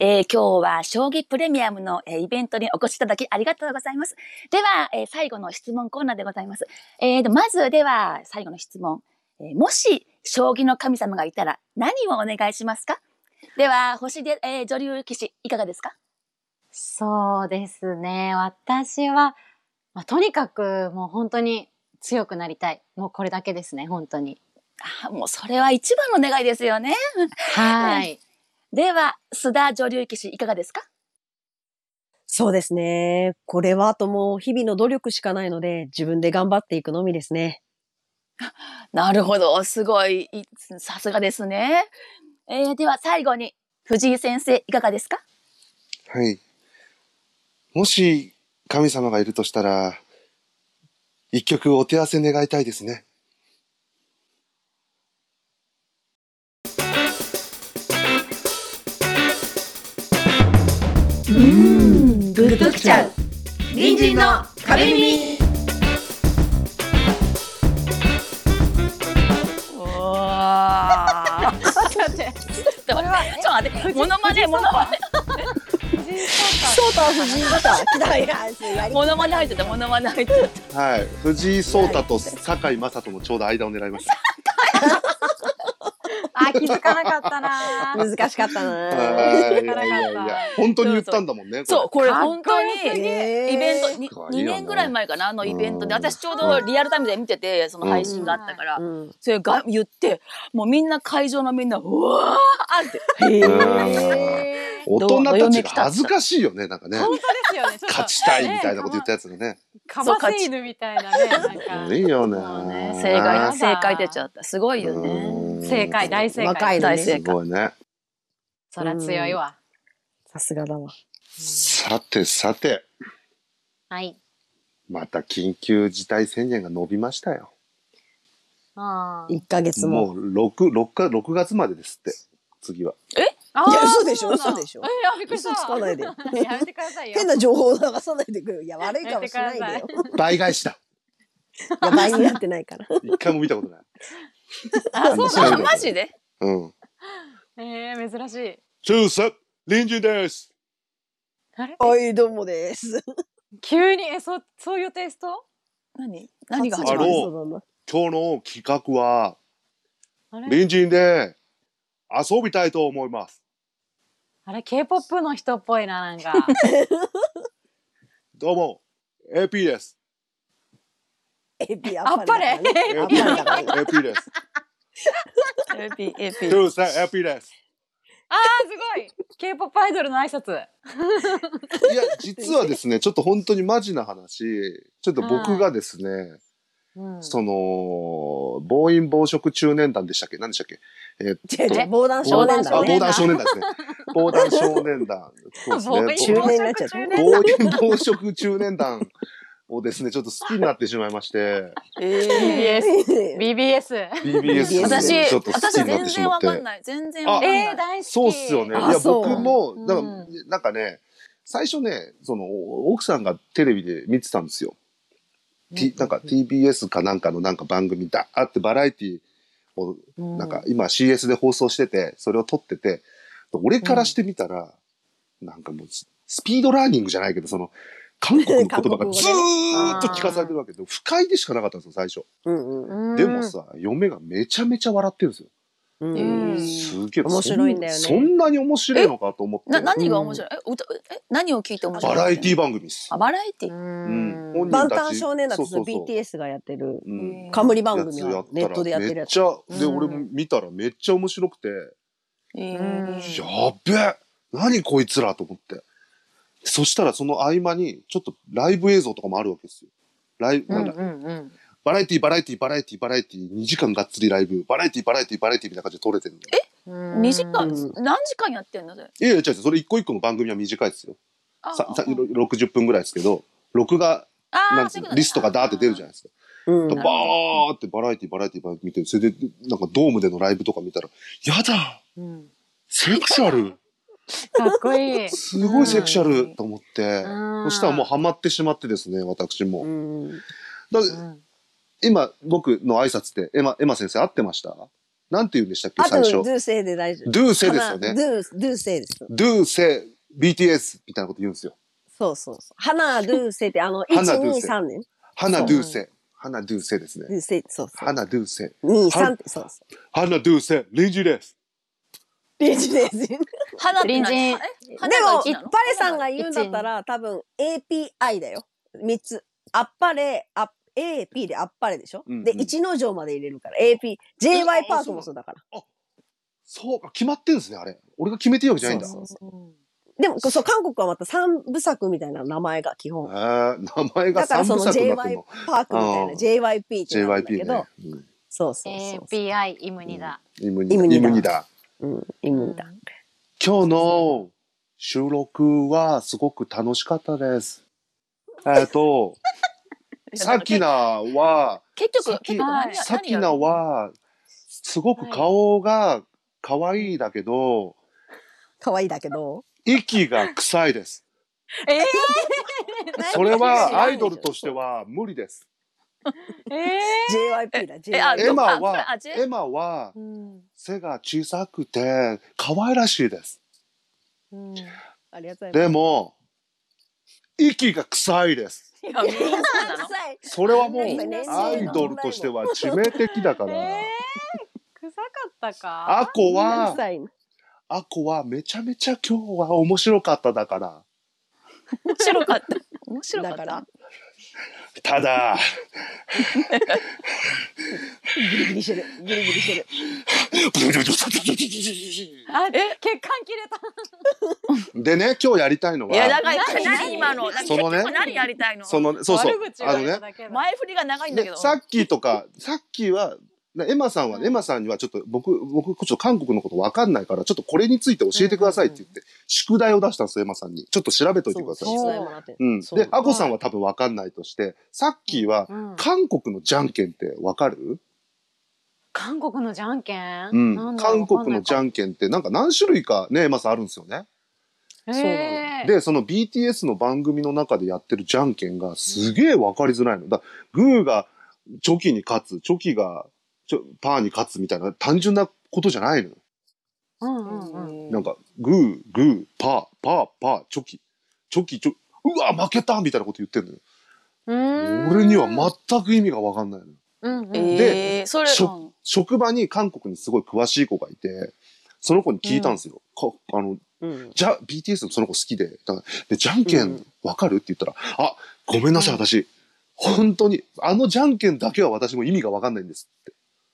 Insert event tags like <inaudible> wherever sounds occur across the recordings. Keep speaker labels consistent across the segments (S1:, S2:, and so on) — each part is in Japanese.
S1: えー今日は将棋プレミアムの、えーイベントにお越しいただきありがとうございます。では、えー最後の質問コーナーでございます。えーとまずでは最後の質問、えーもし将棋の神様がいたら何をお願いしますかでは星で、えー女流棋士いかがですか
S2: そうですね。私は、まあ、とにかくもう本当に強くなりたい。もうこれだけですね、本当に。
S1: あーもうそれは一番の願いですよね。
S2: はい。
S1: では須田女流棋士いかがですか
S3: そうですね。これはあともう日々の努力しかないので、自分で頑張っていくのみですね。
S1: なるほど、すごい、いさすがですね。えーでは最後に、藤井先生、いかがですか
S4: はい。もし神様がいるとしたら、一曲お手合わせ願いたいですね。
S1: グッときちゃう。
S5: 隣人の壁耳
S1: お <laughs> ーちょっと待って、ちょっと待って、モノマネ、モノマネ、
S3: 翔太藤井来た。来た。いや、すごいやり
S1: モノマネ入ってた、モノマネ入ってた。
S4: はい。藤井聡太と坂井雅人のちょうど間を狙いました。
S2: <laughs> あ、気づかなかったなー。
S3: 難しかったな。
S4: はい。いやいやいや、本当に言ったんだもんね。
S1: <laughs> そう、
S4: こ
S1: これ本当に、
S2: かっこよす
S1: イ
S2: ぎ
S3: えー
S1: ベントに、
S4: かっこいい
S1: 2
S4: よね
S1: 年ぐらい前かな、あのイベントで、
S4: うん
S1: 私ちょうどリアルタイムで見てて、その配信があったから、
S3: うん。
S1: それが言って、もうみんな会場のみんな、うわーって、
S3: へ
S4: れ。
S3: ー
S4: うん大人たちが恥ずかしいよね、なんかね。
S2: 本当ですよね。ちょっと
S4: 勝ちたいみたいなこと言ったやつがね。
S2: かませ犬みたいなね。
S3: <laughs>
S2: なんか
S4: いいよ
S2: そうね
S4: ね。
S1: 正解
S2: だ
S1: が、正解出ちゃった。すごいよね。
S4: うん
S2: 正解、大正
S3: 若い
S2: 解。
S1: 大
S3: のね。
S1: 正
S4: す
S1: 解。
S4: ごいね。
S2: そら強いわ。
S3: さすがだわ。
S4: さてさて、
S2: はい。
S4: また緊急事態宣言が伸びましたよ。
S2: あー
S3: 一ヶ月も。
S4: もう六六か六月までですって。次は。
S2: あ
S3: いや
S2: ー
S3: 嘘でしょ
S2: そうなの
S3: 嘘でしょ
S2: えーあびっくりした
S3: 嘘つかない
S2: <laughs>
S3: で
S2: やめてくださいよ。
S3: 変な情報を流さないでくれよ。いや、悪いかもしれない
S2: やめ
S3: で
S2: て
S3: よ。
S4: 倍返しだ。
S3: いや倍になってないから。
S4: 一回も見たことない。
S2: あ、そう
S4: そう
S2: な
S4: な
S2: の
S4: の。
S1: マジで
S4: うん。
S2: えー、珍しい。
S4: 中佐臨時です。
S2: あれ
S3: はい、どうもです。
S2: 急に、え、そ、そういうテイスト
S1: 何何が
S4: あ
S1: 始
S4: ろ
S1: ま
S4: う
S1: る
S3: ろ
S4: 今日の企画は
S2: あれ
S4: 臨時で遊びたいと思います。
S2: あれ、K-POP の人っぽいな、なんか。
S4: どうも AP です。
S3: エビあ
S2: あ
S3: っ
S2: っ
S3: ぱ
S2: ぱ
S3: れだ
S2: れ
S3: からね。
S4: AP
S3: あっぱれだ
S4: AP です。
S1: AP、AP。
S4: 中佐 AP です。
S2: あー、すごい !K-POP アイドルの挨拶。
S4: いや実はですね、ちょっと本当にマジな話、ちょっと僕がですね。
S2: うん
S4: その暴飲暴食中年団でしたっけ何でしたっけ
S3: 違う違う、防弾少年
S4: あ
S3: だね。
S4: 防弾少年団ですね防弾少年団そうです
S2: 暴飲
S3: 中
S2: <laughs>
S4: ね
S3: 年になっちゃっ
S2: 暴飲
S3: た
S4: 暴飲暴食中年団をですねちょっと好きになってしまいまして
S2: 暴 BBS。BBS。
S4: BBS
S1: 私
S4: でちょっ、と好き
S1: 私
S4: になっ
S1: 全
S4: てし
S1: 然
S4: ま
S1: わ
S4: って
S1: かんない。全然わかん
S2: えー、
S1: ない。
S2: 大好き。
S4: そうっすよねい
S3: あ
S4: や
S3: そう
S4: 僕もだから
S2: う
S4: なんかね最初ねその奥さんがテレビで見てたんですよ、T、なんか TBS かなんかのなんか番組だーってバラエティをなんか今 CS で放送してて、それを撮ってて、俺からしてみたら、なんかもうススピードラーニングじゃないけど、その、韓国の言葉がずーっと聞かされてるわけで、不快でしかなかったんですよ、最初。
S3: うんうん
S2: うん。
S4: でもさ、嫁がめちゃめちゃ笑ってるんですよ。
S3: うん
S2: うん
S4: すげえ。
S3: 面白いんだよね
S4: そんなに面白いのかと思って
S1: な、何が面白いえ、歌、え、何を聞いて面白
S4: バ
S1: い
S4: ラエティ番組です
S1: あ、。バラエテ
S2: う
S1: ィ
S2: ん。
S4: うん
S3: バンタン少年だってその
S4: そうそうそう
S3: BTS がやってる
S4: うん
S3: 冠番
S4: やつ
S3: 組
S4: や
S3: を
S4: った
S3: ネットでや
S4: ら
S3: ってる
S4: め
S3: や
S4: っ
S3: つ。
S4: ちゃ、で、
S2: うん
S4: 俺も見たらめっちゃ面白くて、
S1: え
S2: うん
S1: ー
S4: やっべえ何こいつらと思って。そしたらその合間に、ちょっとライブ映像とかもあるわけですよ。ライブ、
S2: う
S4: なん
S2: ん
S4: だ、
S2: うんうん。
S4: バラエティバラエティバラエティバラエティ2時間がっつりライブ、バラエティバラエティバラエティみたいな感じで撮れてるんだよ。
S2: うん
S1: 二時間、
S3: う
S1: 何時間やってんのそれ。
S4: いやいや、違う違う、それ一個一個の番組は短いですよ。
S1: あ
S4: ささ
S1: あ
S4: 60分ぐらいですけど、録画、
S1: あ
S4: なん
S1: ー
S4: つ
S1: そうういう
S4: の
S1: ことね
S4: リストがダーって出るじゃないですか。
S3: うん
S4: バーってバラエティバラエティバラエティ見て、それで、なんかドームでのライブとか見たら、やだ
S2: うん
S4: セクシャル
S2: かっこいい。
S4: すごいセクシャルと思って、
S2: うん
S4: そしたらもうハマってしまってですね、私も。
S3: うん
S4: だ
S2: うん
S4: 今、僕の挨拶ってエマ、エマ先生会ってましたなんて言うんでしたっけ、
S3: あと、
S4: 最初。
S3: ドゥセイで大丈夫。
S4: ドゥーセですよ
S3: 花
S4: ね。
S3: ドゥ、ドゥセイです。
S4: ドゥーセ、BTS みたいなこと言うんですよ。
S3: そうそうそう。花、ドゥセイって、あの、
S4: 花
S3: 1、
S4: ドゥ
S3: 2、
S4: セイ
S3: 3ね。
S4: 花ドゥーセ。花ドゥーセです
S3: ド
S4: ね。
S3: ゥセイ、そうそう。
S4: 花ドゥーセ。
S3: 2、3って、そうそう。
S4: 花ドゥーセ、臨時です。
S3: レジレジ。でも、
S1: 花って
S2: 隣
S1: 何
S2: 人
S1: え花が一なの
S3: パレさんが言うんだったら、多分 API だよ。3つ。あっぱれ、あ AP であっぱれでしょ、
S4: うんうん
S3: で、一の城まで入れるから。AP、JY パークもそうだから。
S4: そうか、決まってんですね、あれ。俺が決めてるわけじゃないんだ。
S3: そう
S2: うん
S3: でも、そう、韓国はまた三部作みたいな名前が基本。
S4: あー名前が
S3: だから
S4: 三
S3: そ
S4: 部
S3: の
S4: 作になってん
S3: JY
S4: の。
S3: パークみたいな、JYP ってなるんだけ
S4: JYP
S3: ど、
S4: ね。うん
S3: そうそうそうそう。
S2: API イムニだ。
S4: イム
S3: イム
S4: ニ
S3: ニ
S4: イ
S3: ダ
S4: ムニだ。
S3: うん、意味だ。
S4: 今日の収録はすごく楽しかったです。えっと、さきなは、
S1: 結局
S4: さき
S1: 結局何や
S4: さ
S1: 何
S4: き
S1: や
S4: な
S1: る
S4: は、すごく顔が可愛いだけど、
S3: 可愛いだけど。
S4: 息が臭いです。
S2: え
S4: それはアイドルとして。は無理です。
S2: ー、え
S3: JYP だ、
S1: えあ
S3: JYP。
S4: エマ
S1: あ
S4: は
S1: あ、J-
S4: エマは
S2: ー、うん
S4: 背が小さくて可愛らしいです。
S2: うん
S3: ありがとうござい
S4: でも、息が臭いです。
S1: いやみんな
S3: ます。
S1: なの
S4: それはもう
S1: みんなそう
S4: アイドルとしては致命的だか
S2: え
S4: ら。
S2: ー、臭かったか。
S4: アコ
S3: は
S4: は、アコはめちゃめちゃ今日は面白かっただから。
S1: 面白かった面白かっ
S3: だか
S1: た
S3: ら
S4: ただ、
S3: ギリギリしてる。ギリギリしてる。
S2: あ、え、 <laughs> 血管切れた。
S4: <laughs> でね、今日やりたいの
S1: いやだ
S4: は、
S1: から
S2: 何
S1: 何今の
S4: そのね
S1: 結局何やりたいの
S4: そのね、そうそう
S2: 悪、口を
S4: あの
S2: 言った
S4: ね、
S2: だけだ。
S1: 前振りが長いんだけ
S4: で
S1: ど
S4: さっきとか、さっきは、ねエマさんは、エマさんにはちょっと僕、僕、ちょっと韓国のことわかんないから、ちょっとこれについて教えてくださいって言って、宿題を出したんですよ、エマさんに。ちょっと調べといてください。
S2: そう
S4: うん。で、アコさんは多分わかんないとして、さっきは、
S2: うん
S4: 韓国のじゃんけんってわかる、
S2: 韓国のじゃんけん。
S4: うん
S2: なん、だろ
S4: 韓
S2: う
S4: 国のじゃんけんってなんか何種類かね、まずあるんですよね。
S2: わかん
S3: そ
S2: な
S3: う
S2: い
S3: なの
S2: へー
S4: で、その BTS の番組の中でやってるじゃんけんがすげえわかりづらいの。だグーがチョキに勝つ、チョキがチョパーに勝つみたいな単純なことじゃないの。
S2: うんうんうん。
S4: なんか、グー、グー、パー、パー、パー、チョキ、チョキ、チョキ、うわ、負けたみたいなこと言ってるのよ。
S2: うーん
S4: 俺には全く意味がわかんないの。
S2: うんうん
S1: えーそれ
S4: しょ
S1: うん
S4: 職場に韓国にすごい詳しい子がいて、その子に聞いたんですよ。かあの、
S3: うん。
S4: じゃ、BTS のその子好きで、だからで、じゃんけんわかるって言ったら、あ、ごめんなさい、私。本当に、あのじゃんけんだけは私も意味がわかんないんです。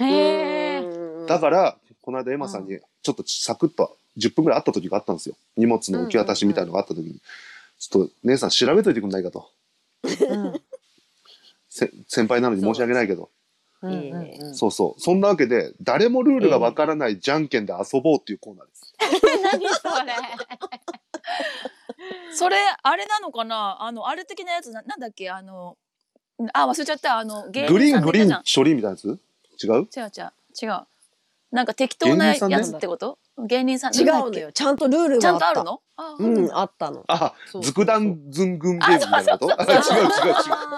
S2: へー
S4: だから、この間エマさんに、ちょっとサクッと10分ぐらい会った時があったんですよ。荷物の受け渡しみたいのがあった時に、ちょっと姉さん調べといてくんないかと。
S2: うん
S4: せ先輩なのに申し訳ないけど。
S2: うんうんうん
S3: え
S4: そうそう。そんなわけで、誰もルールがわからないじゃんけんで遊ぼうっていうコーナーです。
S2: 何それ。
S1: <laughs> それあれなのかなあのあれ的なやつななんだっけあのあ忘れちゃったあの芸
S4: グリ
S1: 人
S4: ー
S1: さ
S4: ン、
S1: ん
S4: グ
S1: の
S4: リ
S1: やつじ
S4: ー
S1: ゃ
S4: ン、処理みたいなやつ違う
S1: 違う違う違うなんか適当な
S4: 芸人さんね
S1: やつってこと芸人さん
S3: 違う
S1: なん
S3: の
S1: だっ
S3: よ。ちゃんとルール
S1: けち
S3: が
S1: ゃん
S3: あ
S1: と
S3: った。
S1: あるのあある
S3: うんん、
S1: だ
S3: あったの。
S4: あ
S3: そ、う
S4: ずくだんずんぐんゲームみたいなこと <laughs> あ、違う
S1: あそう
S4: 違う違う。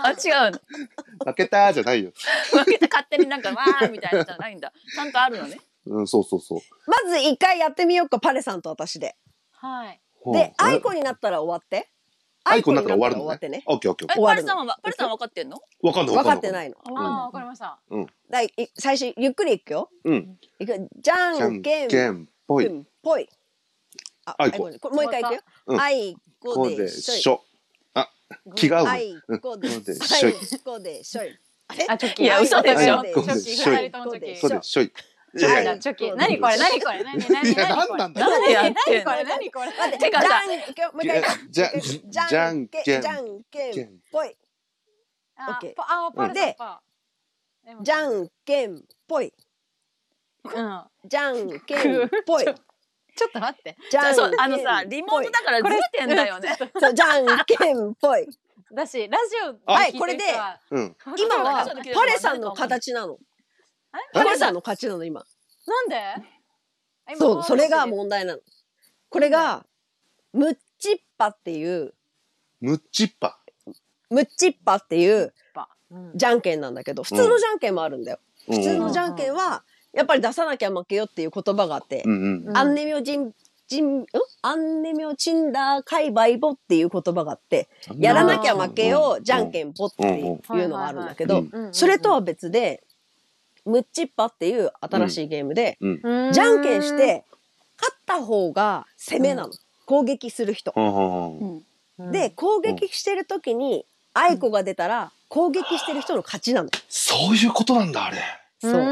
S1: あ違うの <laughs>
S4: 負けたじゃないよ。
S1: 負けて勝手になんかわーみたいなのじゃないんだちゃんとあるのね
S4: うん、そうそうそう。
S3: まず一回やってみようか、パレさんと私で。
S2: はい。
S4: うん
S3: で、アイコになったら終わって。
S4: アイコンだったら終わるの
S3: 終わってね。
S4: オッケーオッケーオッ
S1: え
S4: ケ
S3: 終
S1: パ
S3: わ
S1: ル
S3: る
S1: さ
S3: の
S1: んはパルさんは分かってんの
S4: ー。わかんない
S3: 分かって
S4: い。
S3: ないの。
S2: あ
S1: ん
S2: あ、わかりました。
S3: だいい最初、ゆっくりいくよ。
S4: うん。
S3: いくじゃ
S4: じゃん
S3: んけ
S4: けん
S3: ん
S4: けんぽい。
S3: うんぽい。あ
S4: あいこ
S3: あいこねこれもう一回いくよ。
S4: うん
S3: あい
S4: こ
S3: こ
S4: う
S3: で
S4: で
S3: しょい
S4: し。ょ。あ、気が合う
S3: あ
S4: ね。
S3: いこで
S4: うんこうで
S3: し
S4: し
S3: ょ
S4: ょ
S3: い
S4: い。
S3: こでしょい。あれ
S2: あ、チョキ。
S1: いや嘘でしょ
S2: はいチョキ。
S4: 嘘でしょ
S2: 二人ともチョキ。
S4: そうでしょい。
S3: ょ
S4: いやい
S2: は
S4: や
S2: いチョキ。何これ何これ何何何
S4: いや
S2: 何これ
S4: 何なんだ
S1: なんでやってんの
S2: 何何これ
S3: 待って
S1: てか
S3: じ
S1: さ
S3: ゃんけんもう一回
S4: じゃ
S3: じゃ
S4: じゃん
S3: んけん
S4: けん
S3: じゃんけんぽいオッケー
S2: あ、あ、パル
S3: で
S2: パル
S3: じゃんけんぽい
S2: うん。
S3: じゃんけんぽい
S2: ちょっと待って。
S3: じゃんけん
S1: そうあのさリモートだからずれてんだよね
S3: ぽいそうじゃんけんぽ
S1: <laughs>
S3: い
S2: だし、ラジオ。
S3: はいこ
S2: <laughs>
S3: れで
S4: うん。
S3: 今は
S1: ラジオで聞いてる人
S3: パレさんの形なの
S2: え
S3: パレさんの勝ちなの今
S2: なんであ今
S3: そうそれが
S2: う。
S3: 問題なのこれがムッチッパっていう
S4: むっちっぱ。
S3: ムッチッパっていう
S2: うん
S3: じゃんけんなんだけど普通のじゃんけんもあるんだよ
S4: 普
S3: 普通
S2: う
S3: の
S2: ん
S3: じゃんけんは、やっぱり出さなきゃ負けよっていう言葉があって、
S4: うんうん。
S3: アンネミョジン、ジン、んアンネミョチンダー界隈ボっていう言葉があって、やらなきゃ負けよ、じゃんけんぼっていう
S2: うん
S3: のがあるんだけ
S4: う
S3: ど
S4: ん、
S2: うん
S3: それとは別で、ムッチッパっていう新しいゲームで、
S2: うん
S3: じゃんけんして、勝った方が攻めなの。攻撃する人。
S4: うん
S1: う
S4: うんうん
S1: ん
S2: うん
S3: で、攻撃してる時に、アイコが出たら、攻撃してる人の勝ちなの。
S4: そういうことなんだ、あれ。
S2: う
S3: そう。
S2: ー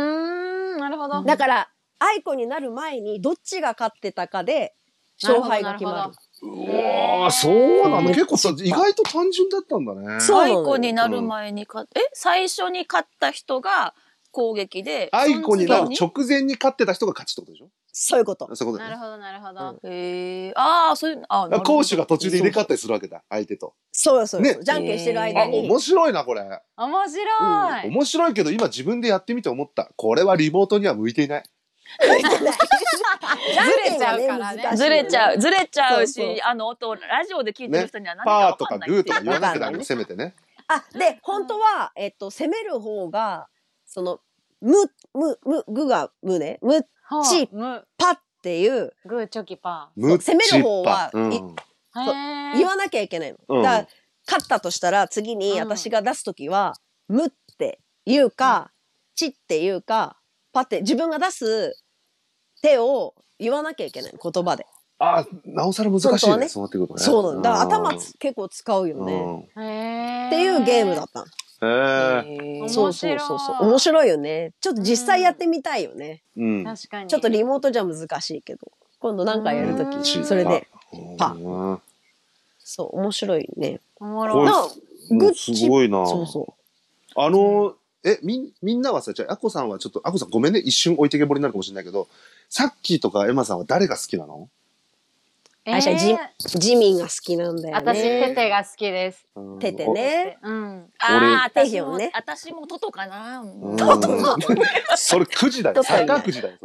S2: んなるほど
S3: だから、アイコになる前に、どっちが勝ってたかで、勝敗が決
S2: なる
S3: ま
S2: ほ
S3: る
S2: ど。
S4: うわーそうなんだ。結構さ、意外と単純だったんだね。
S3: そう
S1: アイコになる前にか、え最初に勝った人が攻撃で
S4: アイコになる
S1: その次
S4: 直前に勝ってた人が勝ちってことでしょ
S3: そういうこと。
S4: そういうこと
S2: な
S4: だ
S2: る
S4: よね。
S2: ほどなるほど
S1: へえああそういうあなるほど
S4: 攻守が途中で入れ替わったりするわけだ、相手と。
S3: そうよそうよ
S4: ね
S3: じゃんけんしてる
S4: あ、
S3: 間 <laughs> に。
S4: 面白いな、これ。
S2: 面白い
S4: 面白いけど、今自分でやってみて思った。これはリモートには向いていない。
S2: ずれちゃうからね
S1: ずれちゃうずれちゃうし
S3: そうそう
S1: あの音をラジオで聞いてる人には何か
S4: パーと
S1: 分か
S4: か
S1: んない
S4: グーとか言わなきゃダ
S3: わかんな
S4: メ
S3: いね
S4: せめてね。
S3: あ、で、本当は、えっと、攻める方が、その、む、む、む、ぐが、むね、む、
S2: ほう
S3: チー
S2: ム
S3: ぱっていう、
S2: グーチョキパ
S4: むっちっぱ
S3: 攻める方は
S4: うん
S3: い
S2: ー
S3: そう
S2: へー
S3: 言わなきゃいけない
S4: うん
S3: の。だから、勝ったとしたら、次に
S2: うん
S3: 私が出すときは、むって言うか、ちって言うか、ぱって、自分が出す手を言わなきゃいけないの言葉で。
S4: あ、なおさら難
S3: 本
S4: し
S3: 当
S4: い
S3: は
S4: ね。
S3: ね
S4: そうなってくるとね。
S3: そうなの。だから
S4: うん
S3: 頭つ結構使うよね。
S2: っ
S3: っていうゲームだったの。
S4: うんへ
S1: へ
S4: え。
S2: 面
S1: ー
S2: 白
S3: そ
S2: いう
S3: そうそうそう。面白いよね。ちょっと実際やってみたいよね。
S4: うん。
S2: 確かに
S3: ちょっとリモートじゃ難しいけど、今度なんかやると
S2: うん
S3: き、それで、パ
S4: うん
S3: そう、面白いね。
S2: おも
S4: こう
S2: ろ
S4: い
S2: いう
S3: な
S4: も
S3: グ
S4: う
S3: ッ
S4: す
S3: チ
S4: ごいな。
S3: そうそ
S4: あの、え、み、みんなはさ、じゃあ、アッコさんはちょっと、アッコさんごめんね、一瞬置いてけぼりになるかもしれないけど、さっきとかエマさんは誰が好きなの
S2: え
S3: あじゃあじ
S2: ー
S3: う。ジミンが好きなんだよ
S2: 私テ
S3: ね。
S2: テが好きです
S3: テテ。ね。
S2: うん
S1: ああ私
S3: 俺
S1: も
S3: ね
S1: 私もトトかな
S4: お
S1: う
S4: う
S1: んん
S4: それ9時だよ。
S3: トト
S4: サ
S3: ね
S4: ッカー9時だよ。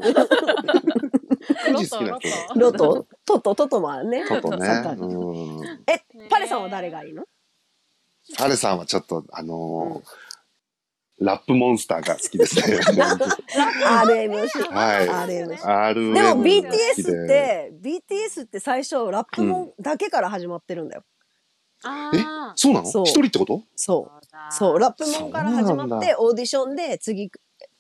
S4: 9時好きな人。
S3: ロト、トト、トトもあるね。
S4: ちょっとね
S3: サッカー。の
S4: うん
S3: え、パレさんは誰がいいの
S4: サレさんはちょっと、あのー、ラップモンスターが好きです
S3: <laughs>
S4: ね。
S3: ?RMC。
S4: はい
S3: RM。
S4: RM
S3: でも
S4: 好き
S3: BTS っ
S4: で、
S3: て、BTS って最初ラップもだけから始まってるんだよ。
S2: あ
S4: え
S2: ー
S4: そうなの
S3: そう
S4: 一人ってこと
S3: そう。
S2: だ
S3: そう、ラップもんから始まって、オーディションで次、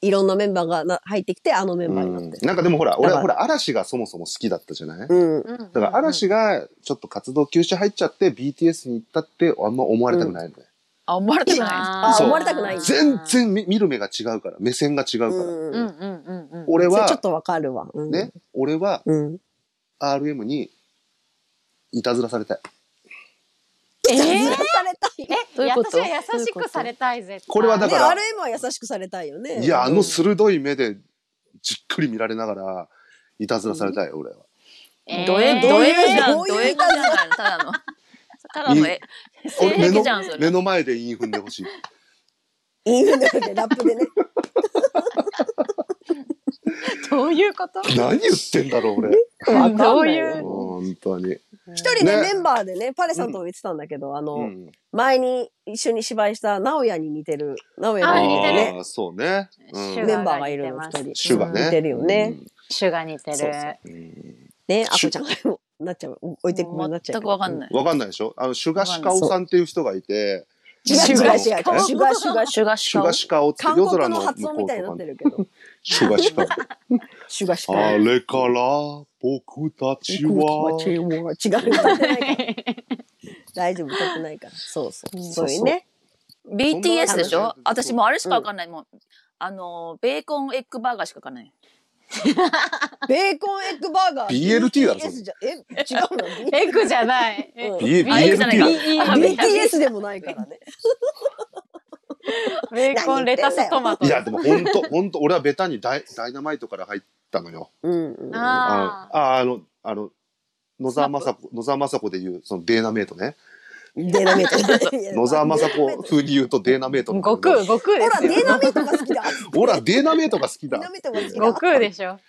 S3: いろんなメンバーがな入ってきて、あのメンバーになってる。
S4: なんかでもほら、俺は
S3: だ
S4: ほ、
S3: から
S4: 嵐がそもそも好きだったじゃない
S3: うん。
S2: うん
S4: だから嵐がちょっと活動休止入っちゃって BTS に行ったってあんま思われたくないのね。
S1: あ思われてない
S2: あー
S4: そう思わ
S3: れたくないうん
S4: 全然見見る目が違うから、目線が違うから。
S2: うんうんうんうん
S4: 俺
S3: それちょ
S4: は
S3: っ、とわかるわ。うん、
S4: ね、俺は
S3: うん。
S4: RM にいたずらされたい。
S3: え
S1: ー
S3: ずらされたい。ね、
S1: どういうこと
S2: 私は優しくされたいぜ
S4: これはだから
S3: RM は優しくされたいよね。
S4: いや、あ
S3: う
S4: の
S3: ん
S4: 鋭い目でじっくり見られながら、いたずらされたい、俺は。
S1: ドエ
S3: ど
S1: ド
S3: う
S1: エ
S3: いう
S1: じゃ
S3: ど
S1: ん
S3: ういう
S1: ドエじゃんただのただのえ性
S4: 俺目
S1: 癖
S4: の
S1: じゃんそ
S4: 目
S1: れ
S4: の前で韻踏んでほしい。
S3: インフルでラップでね。
S2: どういうこと
S4: 何言ってんだろう、俺。
S3: わかんないよ
S2: どういう
S4: 本当に。
S3: 一人ね、
S4: ね
S3: メンバーでね、パレさんとも言ってたんだけど、あの、
S4: うん
S3: 前に一緒に芝居した直哉に似てる、直哉
S2: あ
S3: に
S2: 似てる
S3: ね、
S4: あーそうね。うん
S2: シュ
S3: メンバーがいるの、二人。
S4: シュガね。
S3: 似てるよね。
S4: うん。
S2: シュが似てる
S4: そうそううん
S3: ね、あこちゃんがなっちゃう、置いてくもになっち
S1: 全
S3: ゃう
S1: く。わかんない
S4: わかんないでしょあの、シュガシカオさんっていう人がいて、
S3: 違う違う違う。シュ
S4: え
S3: ガシュガシュガシ
S1: シ
S3: ュ。
S1: ュガシ
S4: シュ
S1: ュガ
S4: ガシカオって
S3: 韓
S4: 夜
S3: 国
S4: 空の
S3: の
S4: 向
S3: 発音
S4: こ
S3: み
S4: う
S3: たいに
S4: と
S3: なっ
S4: か
S3: て
S4: ね。
S3: るけ
S4: <laughs>
S3: ど。
S4: シュガシカオ。
S3: シュガシ <laughs> ュ
S4: あ
S3: ガ。
S4: れから僕たちは。
S3: 違う、歌ってないから。大丈夫、歌ってないから。そうそう。そういうね。
S1: BTS でし
S4: そんな
S1: ょ
S4: 話
S1: 私もうあれしかわかんない、もうあのベーコンエッグバーガーしかわかんない
S3: ベーコンエッグバーガー。
S4: BLT だろ
S3: BTS じゃえ、違うの
S2: エッグじゃないえ
S3: うん
S4: B-
S1: あエッグじゃないか
S4: BLT。
S1: あ
S3: BTS でもないからね。
S2: ベーコンレタストマト
S4: いや、でも本 <laughs> 当本当俺はベタにダイダイナマイトから入ったのよ。
S3: うんうん。
S4: あ
S2: あ
S4: の、ああの、あの、野沢雅子、野沢雅子で言う、そのデーナメイトね。
S3: デーナメイト。野
S4: 野沢雅子風に言うとデーナメイト
S2: ー
S4: なんだ
S2: 悟
S4: け
S2: 空。悟
S4: ど
S2: 空
S3: ほ
S2: で
S3: ら、
S2: す
S3: デ
S2: よ
S3: ーナメイトが好きだ。
S4: ほら、デーナメイトが好き
S3: デ
S4: だ
S3: ーナ。メイトが好き
S2: 悟
S3: だ。
S2: 空でしょ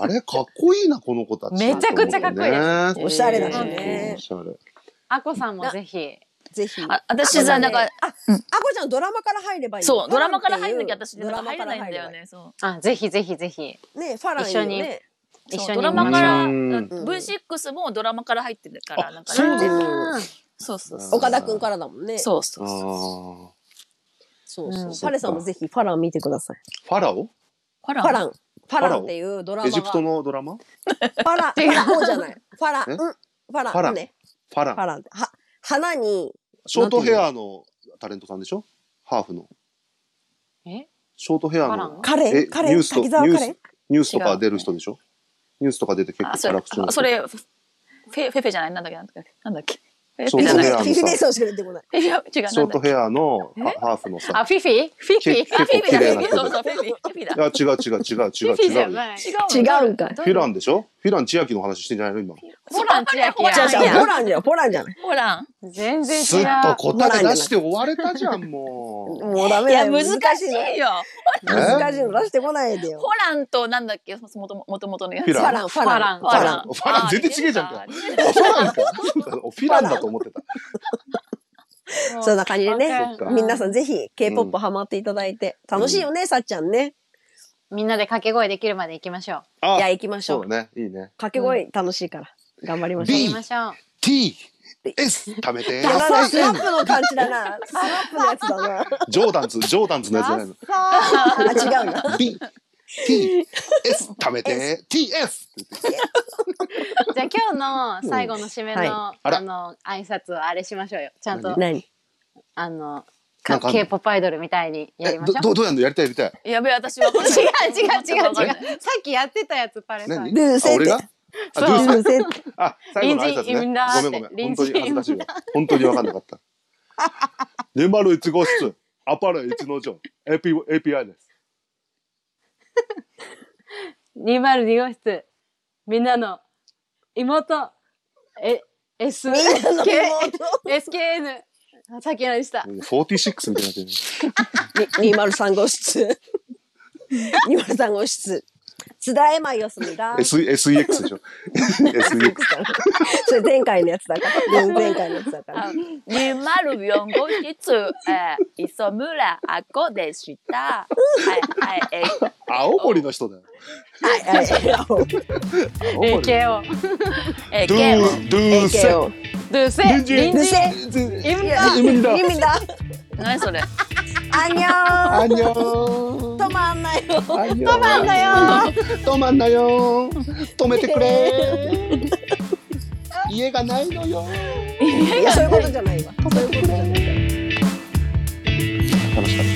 S4: あれ、かっこいいな、この子たち。
S2: めちゃくちゃかっこいいです
S4: ね
S3: おしゃれだしね
S4: おしゃれ。
S2: あこさんもぜひ
S3: ぜひ。
S1: あ私さ、なんか、
S3: あこちゃんドラマから入ればいいの
S1: そう、
S3: ファ
S1: ド
S3: ラ
S1: ラ
S3: ン
S1: マから
S3: ってい
S1: 入
S3: う
S1: るとき私、
S3: ドラマ
S1: 入
S3: から
S1: ないん
S3: 入
S1: だ
S3: れば
S1: よ
S3: いい。
S1: ね。そう。
S2: あ、ぜひぜひぜひ。
S3: ねファランいいよね。
S2: 一
S1: そ
S2: 緒
S1: う
S2: に
S1: ドラマから、
S4: う
S1: うんん V6 もドラマから入ってるから、
S4: あ
S1: なんか
S4: そう
S1: ね、
S4: なんだ
S2: あー
S1: そうそうそう。
S3: 岡田くんからだもんね。
S1: そうそうそう。
S4: あ
S3: そうそう
S2: うん
S3: ファレさんもぜひファラン見てください。
S4: ーファラオ
S1: ファ
S3: フ
S1: ラ
S3: ァラ
S1: ン。
S3: ン。ファランっていうドラマ
S4: エ
S3: が。
S4: ジプトのドラマフ
S3: ファラ、ファラゴじゃない。ファラ、
S4: え
S3: うん。ファラ、
S4: ファラン
S3: ね。
S4: ァラ
S3: ファ
S4: ン。
S3: ランって。は、花に、
S4: ショートヘアのタレントさんでしょハーフの。
S2: え
S4: ショートヘア
S2: ファラン
S4: の。
S3: カレ
S4: え
S3: ー、カレ
S4: ニュ
S3: ー、
S4: ースと
S3: 滝沢カレー
S4: ニュースニュースとか出る人でしょニュースとか出て結
S1: あ、
S4: 構
S1: そ
S4: 辛
S1: れ
S4: 口な、
S1: あそれ、フェ、フェフェじゃないなんだっけなんだっけなんだっけフェフ
S4: そう
S1: ェじゃ
S4: そう
S1: な
S4: ヘ
S1: い
S4: アのさ
S3: フィフィネーションしか出てこない。
S1: フェフェ違う、
S4: ショ
S1: な
S4: ー
S1: んだ
S4: ト
S1: っ
S4: ヘ
S1: け
S4: アのハハーフの
S2: あ、
S4: さ。
S2: フィフィフィフ
S4: け
S2: ィ
S4: 結構
S1: フィフェ
S4: 綺麗
S1: だ
S4: な
S1: ね。
S4: 人
S1: そう
S4: で
S1: そう、フェフィ。フェフィ
S4: い
S1: だ。
S4: や、違う違う違う
S2: フ
S4: 違
S2: ィフィじゃ
S4: う違う。
S2: ない。
S1: 違うの。
S3: 違うんかい
S1: ど
S4: フィ
S1: う
S4: ランでしょフィラン千秋の話してんじゃないの今。
S2: ホラン千秋や
S1: ホラン
S3: じ
S1: 千
S3: ゃ
S1: 秋
S3: あ、ポランじゃない、ポランじゃ
S1: ホ
S3: ない。
S1: ラン。
S2: 全然違う。
S4: すっと答え
S3: ホランじ
S4: 出
S3: ゃな
S4: し
S3: い
S4: て終われたじゃん、も
S3: もうダ
S1: い
S3: メだ
S1: や、
S3: よ。
S1: 難し
S3: いの。
S1: いよ。
S4: う。
S3: 難しいの出してこないで
S1: ホ
S3: よ。
S1: ランとなんだっけ、もともともとのやつ。
S4: フィ
S3: フ
S4: ラ
S3: ァラン、ファラン、
S2: フ
S1: フ
S3: ファ
S1: ァ
S3: ラ
S1: ラ
S3: ン
S1: ン。。
S4: ファラン
S1: あ
S4: 全然違えじゃんか
S1: 似てる
S4: えあファランか。フィランだと思ってた。
S2: もう
S3: そんな感じでね
S2: わかる
S3: 皆さんぜひ
S4: うん
S3: K-POP ハマっていただいて。楽しいよね、さっちゃんね。
S2: みんなで掛け声できるまで行きましょう。
S3: い
S4: あ
S3: や、、行きましょ
S4: そうう。だね。いいね。
S3: 掛け声楽しいから。頑張りましょう。
S4: いい
S2: 行きましょう。
S4: T、S、貯めて。
S3: だな、スナップの感じだ <laughs> な。スナップのやつだな。
S4: ジョーダンズ、ジョーダンズのやつじゃないの。
S3: あ、違うな。
S4: B、T、S、貯めて。T、S!
S3: <laughs>
S2: じゃあ今日の最後の締めの、
S3: うん
S2: あ
S4: あら
S2: の挨拶はあれしましょうよ。ちゃんと
S3: 何
S2: あの
S4: なんかあんの
S2: K-POP アイドルみたいにや
S4: え
S2: りまし
S4: ど
S2: ょう。
S4: どうどうやんのやりたいやりたい。
S1: やべえ、私は。違う
S2: 違う違う違う違う。
S1: 違う。
S2: さっきやってたやつパレさん
S4: 何。
S3: ルーセっ
S4: あ
S3: て
S4: 俺があ、ルーセ
S3: ルーセ
S4: あ、最後の挨
S2: 隣人い
S4: 拶
S2: るん
S4: ね
S2: だ。
S4: ごめんごめん。本当に恥ずかし
S2: 隣人いる
S4: いわ
S2: んだ。
S4: 本当にわかんなかった。201号室、アパレル一の城、AP API です。
S2: 202号室みんなの妹え S
S3: みんなの
S2: K
S3: 妹
S2: SKN あさっき何した？
S4: 46みたいになってる。
S3: <laughs> に203号室。203号室。津田絵舞をすみだ。
S4: S- SEX
S2: <laughs>
S4: でしょ。SEX。
S3: <laughs> それ前回のやつだから。前回のやつだから。
S1: 204号室、えー、磯村あこでした。はい、はい、えー
S4: 青森の人だよ。
S3: はいはい。
S4: 青森
S2: AKO
S1: えー、
S4: ド
S1: ゲーム。
S4: ゥ、ドゥーセ。
S3: AKO。
S2: ルセ
S4: 隣
S2: 隣
S4: 人
S3: ルー
S2: 人
S3: セ。
S2: イムダ
S4: イムニだ。
S3: リミだ。
S1: 何それ。
S3: あにゃー
S4: あ
S3: ん。
S4: にょーん。
S3: 止まんないよ。
S4: あにょーん止まんなよ止まんなよ止めてくれ家がないのよ
S3: いや、そういうことじゃないわ。そういうことじゃない。
S4: 楽しかった。